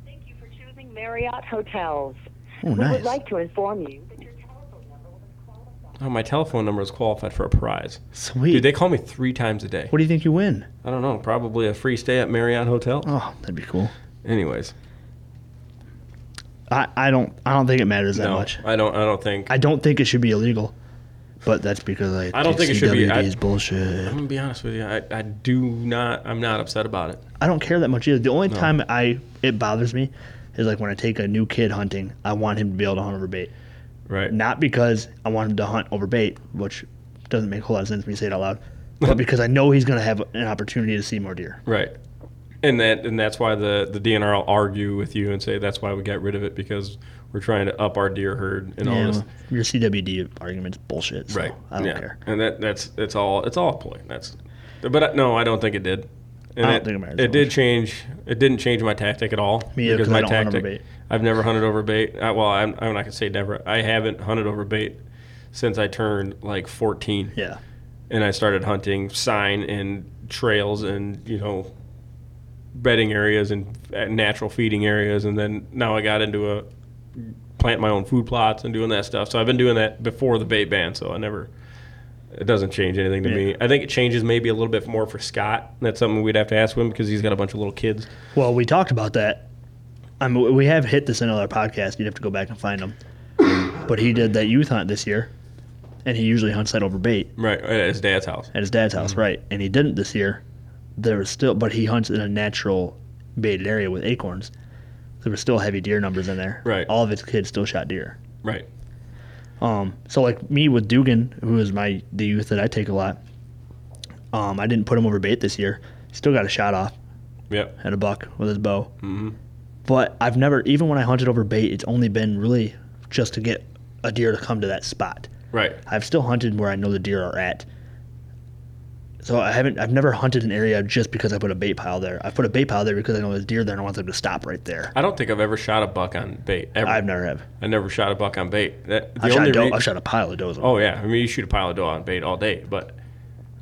Thank you for choosing Marriott Hotels. Oh, We nice. would like to inform you that your telephone number was qualified. Oh, my telephone number is qualified for a prize. Sweet. Dude, they call me three times a day. what do you think you win? I don't know. Probably a free stay at Marriott Hotel. Oh, that'd be cool. Anyways, I, I don't I don't think it matters that no, much. I don't. I don't think. I, I don't think it should be illegal, but that's because I, I don't think it should be. I- CWD is bullshit. am gonna be honest with you. I, I do not. I'm not upset about it. I don't care that much either. The only time I it bothers me is like when I take a new kid hunting. I want him to be able to hunt over bait. Right. not because I want him to hunt over bait, which doesn't make a whole lot of sense when you say it out loud, but because I know he's going to have an opportunity to see more deer. Right. and that and that's why the the DNR will argue with you and say that's why we got rid of it because we're trying to up our deer herd and all Yeah, this. your CWD argument's bullshit. So I don't yeah. care. And that that's it's all it's all a ploy. That's, but I, no, I don't think it did. And I don't it, think it matters It that did much. change. It didn't change my tactic at all. Me either, 'cause I don't hunt over bait. I've never hunted over bait. I, well, I'm, I'm not gonna say never. I haven't hunted over bait since I turned like 14, Yeah. and I started hunting sign and trails and you know bedding areas and uh, natural feeding areas, and then now I got into a plant my own food plots and doing that stuff. So I've been doing that before the bait ban. So I never, it doesn't change anything to me. I think it changes maybe a little bit more for Scott. That's something we'd have to ask him because he's got a bunch of little kids. Well, we talked about that. I mean, we have hit this in another podcast. You'd have to go back and find them. but he did that youth hunt this year, and he usually hunts that over bait Right. At his dad's house. at his dad's house, right? And he didn't this year. There was still, but he hunts in a natural baited area with acorns. There were still heavy deer numbers in there. Right. All of his kids still shot deer. Right. Um, so like me with Dugan, who is my the youth that I take a lot. Um, I didn't put him over bait this year. Still got a shot off Yep. at a buck with his bow. But I've never, even when I hunted over bait, it's only been really just to get a deer to come to that spot. Right. I've still hunted where I know the deer are at. So I haven't. I've never hunted an area just because I put a bait pile there. I put a bait pile there because I know there's deer there and I want them to stop right there. I don't think I've ever shot a buck on bait. Ever. I've never have. I never shot a buck on bait. That, the I shot, a only doe, rea- I shot a pile of does. Oh yeah, I mean you shoot a pile of dough on bait all day, but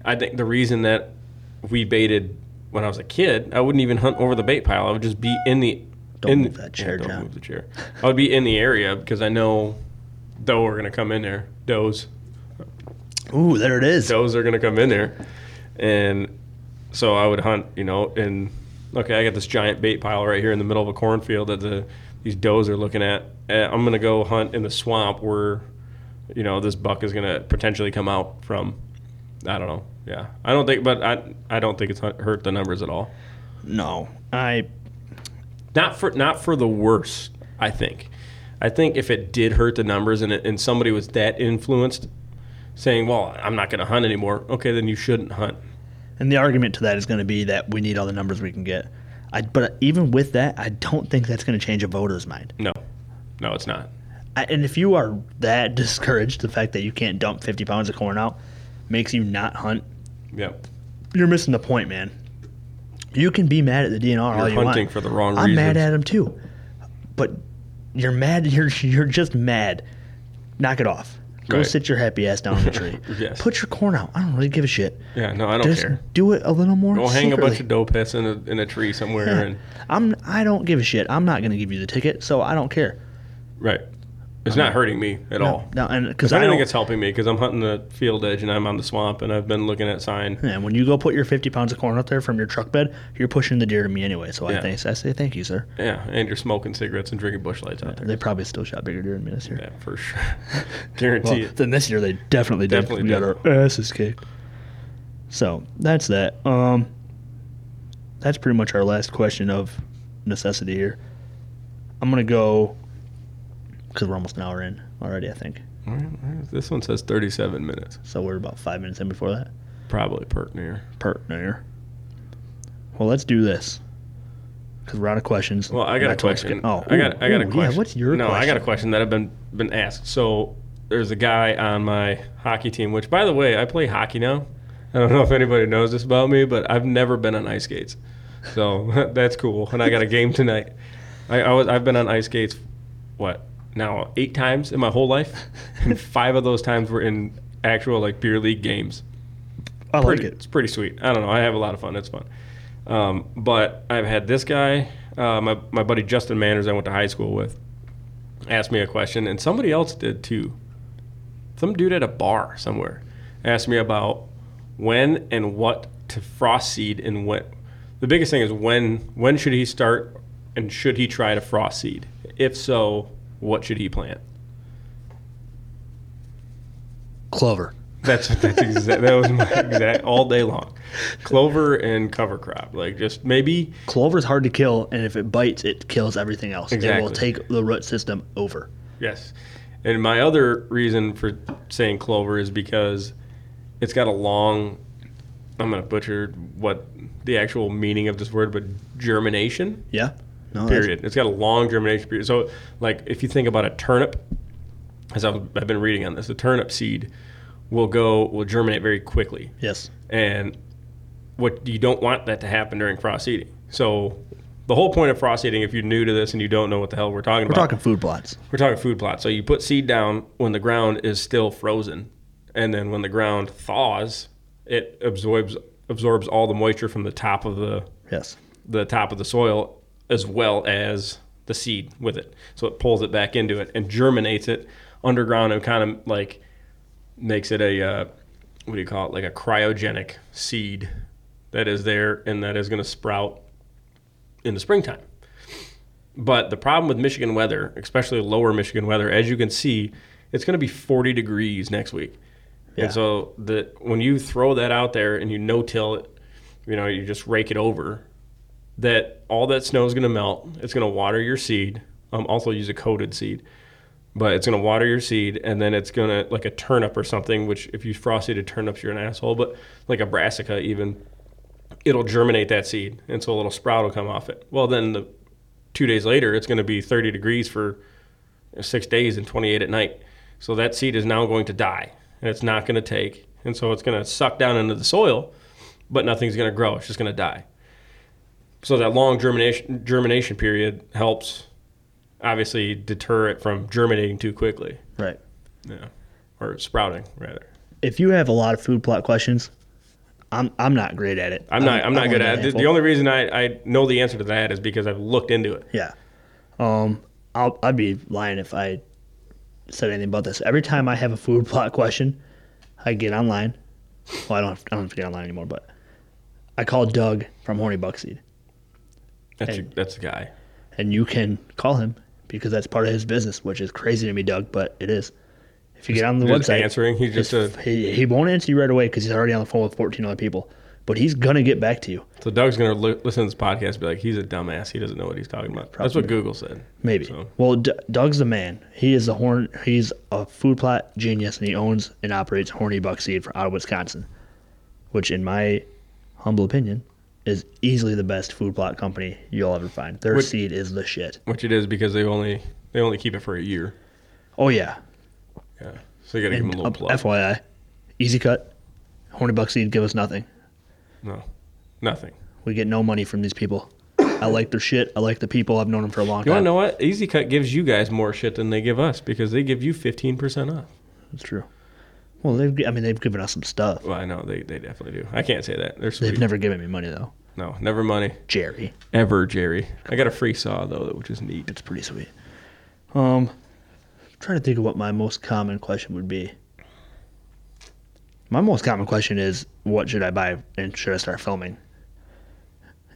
I think the reason that we baited when I was a kid, I wouldn't even hunt over the bait pile. I would just be in the Don't in move that chair, don't John. move the chair. I would be in the area because I know doe are gonna come in there. Does Ooh, there it is. does are gonna come in there, and so I would hunt. You know, and okay, I got this giant bait pile right here in the middle of a cornfield that the these does are looking at. Eh, I'm gonna go hunt in the swamp where, you know, this buck is gonna potentially come out from. I don't know. Yeah, I don't think, but I I don't think it's hu- hurt the numbers at all. No, I Not for not for the worse. I think. I think if it did hurt the numbers and it, and somebody was that influenced, saying, "Well, I'm not gonna hunt anymore." Okay, then you shouldn't hunt. And the argument to that is going to be that we need all the numbers we can get. I, but even with that, I don't think that's going to change a voter's mind. No, no, it's not. I, and if you are that discouraged, the fact that you can't dump 50 pounds of corn out makes you not hunt. Yep. You're missing the point, man. You can be mad at the DNR all You're you hunting want. for the wrong I'm reasons. mad at them too, but you're mad. You're you're just mad. Knock it off. Go Right. sit your happy ass down on the tree. Yes. Put your corn out. I don't really give a shit. Yeah, no, I don't Just care. do it a little more. Go hang a secretly. bunch of dope piss in a, in a tree somewhere and I'm I don't give a shit. I'm not going to give you the ticket, so I don't care. right. It's not hurting me at all. No, and because I I don't don't. think it's helping me because I'm hunting the field edge and I'm on the swamp and I've been looking at sign. and when you go put your 50 pounds of corn out there from your truck bed, you're pushing the deer to me anyway. So Yeah. I think I say thank you, sir. Yeah, and you're smoking cigarettes and drinking bush lights out there. They probably still shot bigger deer than me this year. Yeah, for sure. Guarantee Well, it. then this year they definitely did. 'cause Definitely we got our asses kicked. So that's that. Um, that's pretty much our last question of necessity here. I'm gonna go because we're almost an hour in already. I think All right, all right. This one says 37 minutes, so. We're about five minutes in before that. probably pert near. partner. Well, let's do this because we're out of questions. Well, I And got a told Sca- question. Oh, I got ooh, I got a ooh, question. Yeah, what's your no? question? I got a question that I've been been asked. So there's a guy on my hockey team, which by the way, I play hockey now. I don't know if anybody knows this about me, but I've never been on ice skates, so that's cool. And I got a game tonight. I, I was I've been on ice skates, what now eight times in my whole life, and five of those times were in actual like beer league games I like pretty, it. It's pretty sweet. I don't know. I have a lot of fun. It's fun. Um, but I've had this guy, uh, my, my buddy Justin Manners, I went to high school with, asked me a question, and somebody else did too. Some dude at a bar somewhere asked me about when and what to frost seed and when. The biggest thing is when when should he start and should he try to frost seed? If so, what should he plant? Clover. That's that's exact. that was my exact all day long. Clover and cover crop, like just maybe Clover's hard to kill, and if it bites, it kills everything else. It will Exactly. take the root system over. yes. And my other reason for saying clover is because it's got a long I'm gonna butcher what the actual meaning of this word, but germination Yeah. No, that's- period. It's got a long germination period. So, like, if you think about a turnip, as I've, I've been reading on this, the turnip seed will go will germinate very quickly, Yes. and what you don't want that to happen during frost seeding. So, the whole point of frost seeding, if you're new to this and you don't know what the hell we're talking We're about, talking food plots. we're talking food plot. So you put seed down when the ground is still frozen, and then when the ground thaws, it absorbs absorbs all the moisture from the top of the Yes. the top of the soil as well as the seed with it. So it pulls it back into it and germinates it underground and kind of like makes it a uh, what do you call it? Like a cryogenic seed that is there and that is going to sprout in the springtime. But the problem with Michigan weather, especially lower Michigan weather, as you can see, it's going to be 40 degrees next week. Yeah. And so the when you throw that out there and you no-till it, you know, you just rake it over, that all that snow is going to melt. It's going to water your seed. Um, also use a coated seed, but it's going to water your seed, and then it's going to like a turnip or something. Which if you frost-seeded turnips, you're an asshole. But like a brassica, even it'll germinate that seed, and so a little sprout will come off it. Well, then the two days later, it's going to be 30 degrees for six days and 28 at night. So that seed is now going to die, and it's not going to take, and so it's going to suck down into the soil, but nothing's going to grow. It's just going to die. So that long germination germination period helps, obviously, deter it from germinating too quickly. Right. Yeah, or sprouting rather. If you have a lot of food plot questions, I'm I'm not great at it. I'm not. I'm not only good got at a it. The, handful. only reason I, I know the answer to that is because I've looked into it. Yeah. Um, I'll, I'd be lying if I said anything about this. Every time I have a food plot question, I get online. Well, I don't have, I don't have to get online anymore, but I call Doug from Horny Buckseed, That's Hey. your, that's the guy. and you can call him because that's part of his business, which is crazy to me, Doug, but it is. If you get on the Just website, answering. He's just uh, a. his- he, he won't answer you right away because he's already on the phone with 14 other people, but he's gonna get back to you. So Doug's gonna li- listen to this podcast and be like, he's a dumbass. He doesn't know what he's talking about. That's what Google said. Maybe. So- Well, D- Doug's the man. He is the horn. He's a food plot genius, and he owns and operates Horny Buckseed for out of Wisconsin, which, in my humble opinion, is easily the best food plot company you'll ever find. Their Which- seed is the shit. Which it is because they only they only keep it for a year. Oh yeah. Yeah. So you gotta give And, him a uh, little plug. FYI, easy cut. Horny Buckseed give us nothing. no, nothing. We get no money from these people. I like their shit. I like the people. I've known them for a long You want to time. know what? Easy Cut gives you guys more shit than they give us because they give you 15% off. That's true. Well, they've. gi- I mean, they've given us some stuff. Well, I know they, they definitely do. I can't say that. They're sweet. They've never given me money though. no, never money. Jerry. Ever, Jerry. I got a free saw, though, which is neat. It's pretty sweet. Um, I'm trying to think of what my most common question would be. My most common question is, what should I buy and should I start filming?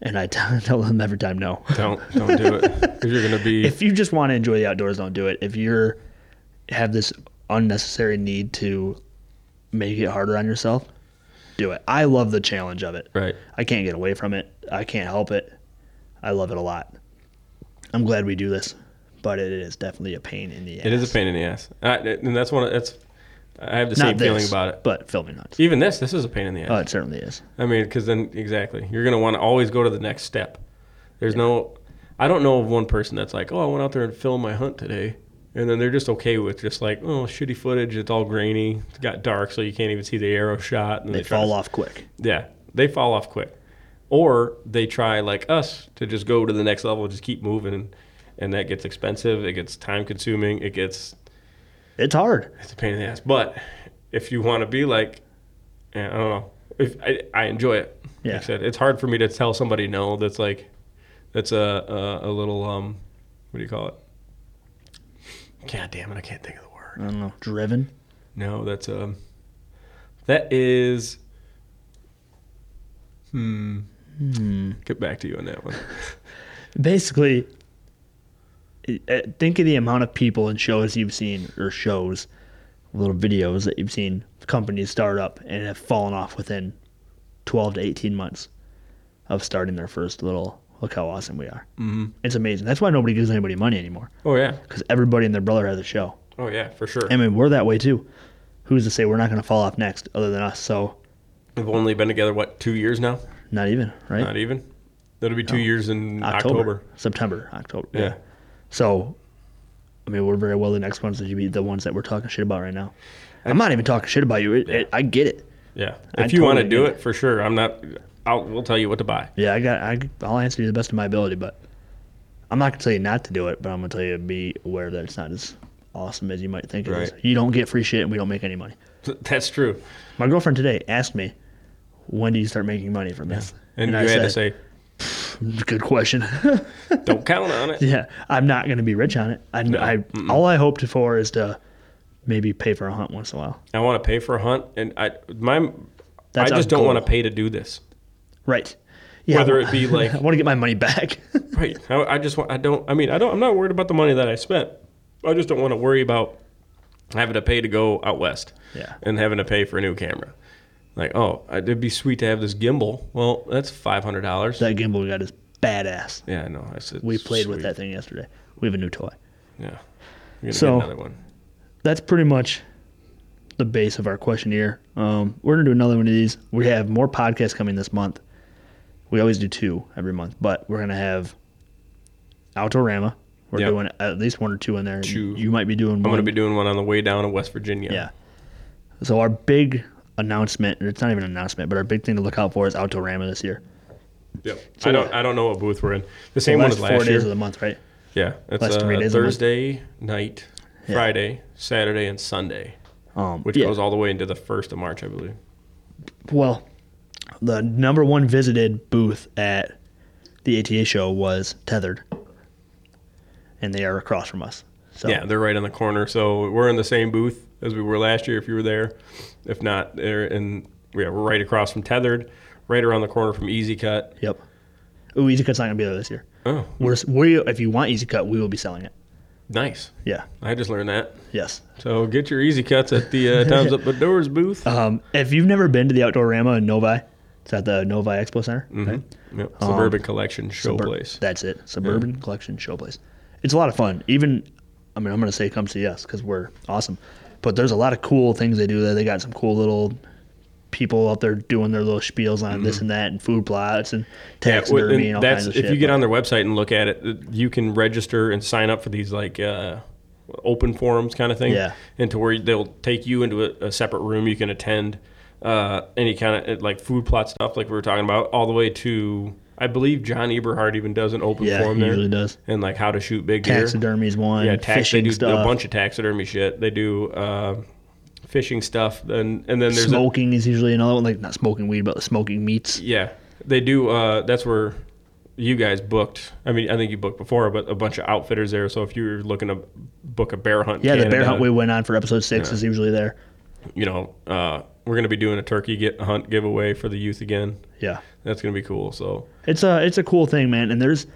And I tell tell them every time no. Don't don't do it because you're gonna be If you just want to enjoy the outdoors, don't do it. If you're have this unnecessary need to make it harder on yourself, do it. I love the challenge of it. right. I can't get away from it. I can't help it. I love it a lot. I'm glad we do this, but it is definitely a pain in the ass. It is a pain in the ass, I, and that's one. Of, that's I have the Not same feeling this, about it. but filming nuts. Even this, this is a pain in the ass. Oh, it certainly is. I mean, because then exactly, you're gonna want to always go to the next step. There's no, I don't know of one person that's like, oh, I went out there and filmed my hunt today, and then they're just okay with just like, oh, shitty footage. It's all grainy. It got dark, so you can't even see the arrow shot. And They, try to- fall off quick. Yeah, they fall off quick, or they try like us to just go to the next level, just keep moving, and, and that gets expensive. It gets time consuming. It gets It's hard. it's a pain in the ass. But if you want to be like, yeah, I don't know. If I, I enjoy it. Yeah. Like I said, it's hard for me to tell somebody no. That's like, that's a a, a little um, what do you call it? God damn it! I can't think of the word. I don't know. Driven. No, that's um, that is. Hmm. Get back to you on that one. Basically, i- uh, think of the amount of people and shows you've seen, or shows, little videos that you've seen companies start up and have fallen off within 12 to 18 months of starting their first little. Look how awesome we are. Mm-hmm. It's amazing. That's why nobody gives anybody money anymore Oh yeah. because everybody and their brother has a show. Oh yeah, for sure. I mean, we're that way too. Who's to say we're not going to fall off next, other than us? So We've only been together what two years now? Not even, right? Oh. Not even. That'll be two years in October, October. September, October. Yeah. So, I mean, we're very well the next ones that you be the ones that we're talking shit about right now. I'm not even talking shit about you. It, it, I get it. Yeah. If I you want to totally do get it, for sure. I'm not. I'll, we'll tell you what to buy. Yeah, I got. I, I'll answer you to the best of my ability, but I'm not gonna tell you not to do it. But I'm gonna tell you be aware that it's not as awesome as you might think it is. Right. You don't get free shit, and we don't make any money. That's true. My girlfriend today asked me, "When do you start making money from this?" And, I you had said, to say, "Good question." don't count on it. yeah, I'm not gonna be rich on it. I, I all I hoped for is to maybe pay for a hunt once in a while. I want to pay for a hunt, and I my That's I our just don't goal. want to pay to do this. Right. Yeah. Whether it be like- I want to get my money back. Right. I, I just want. I don't. I mean, I don't. I'm not worried about the money that I spent. I just don't want to worry about having to pay to go out west. Yeah. And having to pay for a new camera. Like, oh, I- it'd be sweet to have this gimbal. Well, that's five hundred dollars. that gimbal we got is badass. Yeah, I know. I said We played with sweet. that thing yesterday. We have a new toy. Yeah. We're gonna So- get another one. That's pretty much the base of our questionnaire. Um, we're gonna do another one of these. We have more podcasts coming this month. We always do two every month, but we're gonna have Outorama. We're Yep. doing at least one or two in there. Two. You might be doing one. I'm gonna be doing one on the way down to West Virginia. um, Yeah. So our big announcement, or it's not even an announcement, but our big thing to look out for is Outorama this year. Yep. So- I don't. I don't know what booth we're in. The same one last as last four year. days of the month, right? Yeah, it's Last three uh, days of the month. Thursday night, Yeah. Friday, Saturday, and Sunday, Um, which yeah. goes all the way into the first of March, I believe. Well, the number one visited booth at the ATA show was Tethered, and they are across from us. So Yeah, they're right on the corner, so we're in the same booth as we were last year. If you were there, if not, there and yeah, we're right across from Tethered, right around the corner from Easy Cut. Yep. Ooh, Easy Cut's not gonna be there this year. Oh, We're we if you want Easy Cut, we will be selling it. nice! Yeah. I just learned that. Yes. So get your Easy Cuts at the uh, Times Up the Doors booth. Um, if you've never been to the Outdoor Rama in Novi, it's at the Novi Expo Center. right? Yep, Suburban Collection Show Subur- Place. That's it. Suburban Collection Showplace. It's a lot of fun. Even, I mean, I'm going to say come see us because we're awesome. But there's a lot of cool things they do there. They got some cool little people out there doing their little spiels on this and that and food plots and Mm-hmm. well, taxidermy and and all that's kinds of if shit. you get but- on their website and look at it, uh, you can register and sign up for these like uh, open forums kind of thing. Yeah. and to where they'll take you into a, a separate room you can attend uh, any kind of like food plot stuff like we were talking about, all the way to I believe John Eberhard even does an open Yeah, forum he there. usually does. and like how to shoot big deer. taxidermy's one. Yeah, tax, they fishing do stuff. a bunch of taxidermy shit. They do uh, fishing stuff, and and then there's a, smoking is usually another one. Like not smoking weed, but smoking meats. yeah, they do. Uh, that's where you guys booked. I mean, I think you booked before, but a bunch of outfitters there. So if you're looking to book a bear hunt, in Yeah, the bear Canada, hunt we went on for episode six is usually there. You know, uh, we're gonna be doing a turkey get hunt giveaway for the youth again. Yeah. That's gonna be cool. So It's a it's a cool thing, man. And there's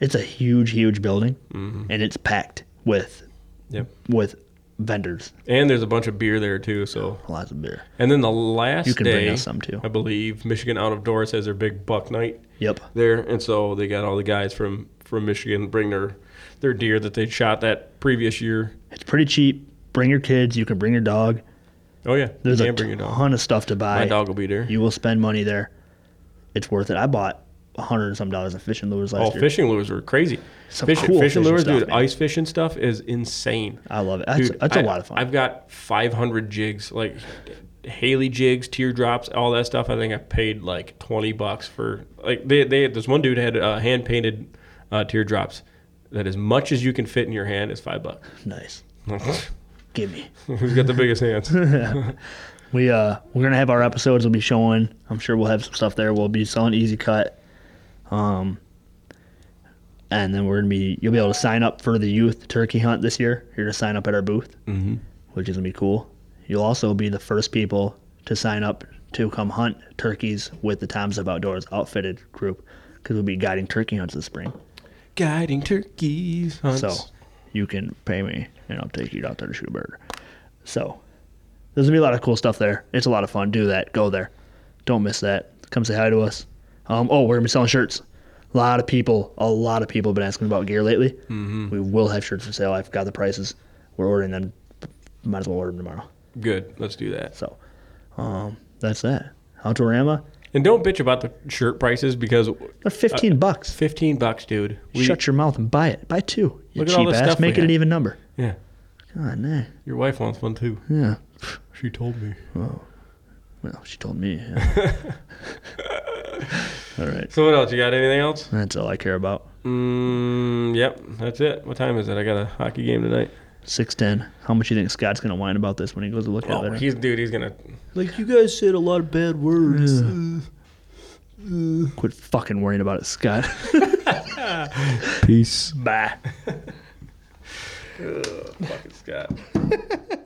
it's a huge huge building, Mm-hmm. and it's packed with yep. with vendors. And there's a bunch of beer there too. So Lots of beer. and then the last You can day, bring us some, too. I believe Michigan Out of Doors has their big buck night Yep. there, and so they got all the guys from from Michigan bring their their deer that they shot that previous year. It's pretty cheap. Bring your kids. You can bring your dog. Oh yeah, There's you a can bring ton your dog. of stuff to buy. My dog will be there. You will spend money there. It's worth it. I bought a hundred and some dollars of fishing lures last Oh, year. fishing lures were crazy. Some fishing, cool fishing fishing lures, stuff, dude. man. Ice fishing stuff is insane. I love it. That's, that's a I- lot of fun. I've got 500 jigs, like Haley jigs, teardrops, all that stuff. I think I paid like 20 bucks for like they they this one dude had uh, hand painted uh, teardrops that as much as you can fit in your hand is five bucks. nice. Give me. Who's got the biggest hands? We uh we're gonna have our episodes. We'll be showing. I'm sure we'll have some stuff there. We'll be selling Easy Cut. Um. And then we're gonna be you'll be able to sign up for the youth turkey hunt this year. You're gonna sign up at our booth, mm-hmm. which is gonna be cool. You'll also be the first people to sign up to come hunt turkeys with the Times of Outdoors outfitted group because we'll be guiding turkey hunts this spring. Guiding turkeys. Hunts. So you can pay me and I'll take you out there to shoot a bird. So there's gonna be a lot of cool stuff there. It's a lot of fun. Do that. Go there. Don't miss that. Come say hi to us. Um, oh, we're gonna be selling shirts. A lot of people, a lot of people have been asking about gear lately. Mm-hmm. We will have shirts for sale. I've got the prices. We're ordering them. Might as well order them tomorrow. good. Let's do that. So um, that's that. Autorama. And don't bitch about the shirt prices because They're fifteen bucks. fifteen bucks, dude. Uh, We, Shut your mouth and buy it. Buy two. You Look at all cheap this ass. stuff we Make it an had. even number. yeah, God, nah. your wife wants one too. Yeah. She told me. Well, she told me. yeah. all right. So what else? You got anything else? That's all I care about. Mm, yep, that's it. What time is it? I got a hockey game tonight. Six ten. How much you think Scott's gonna whine about this when he goes to look at it? Oh, later? he's dude. He's gonna. Like you guys said a lot of bad words. Quit fucking worrying about it, Scott. Peace. Bye. Fucking Scott.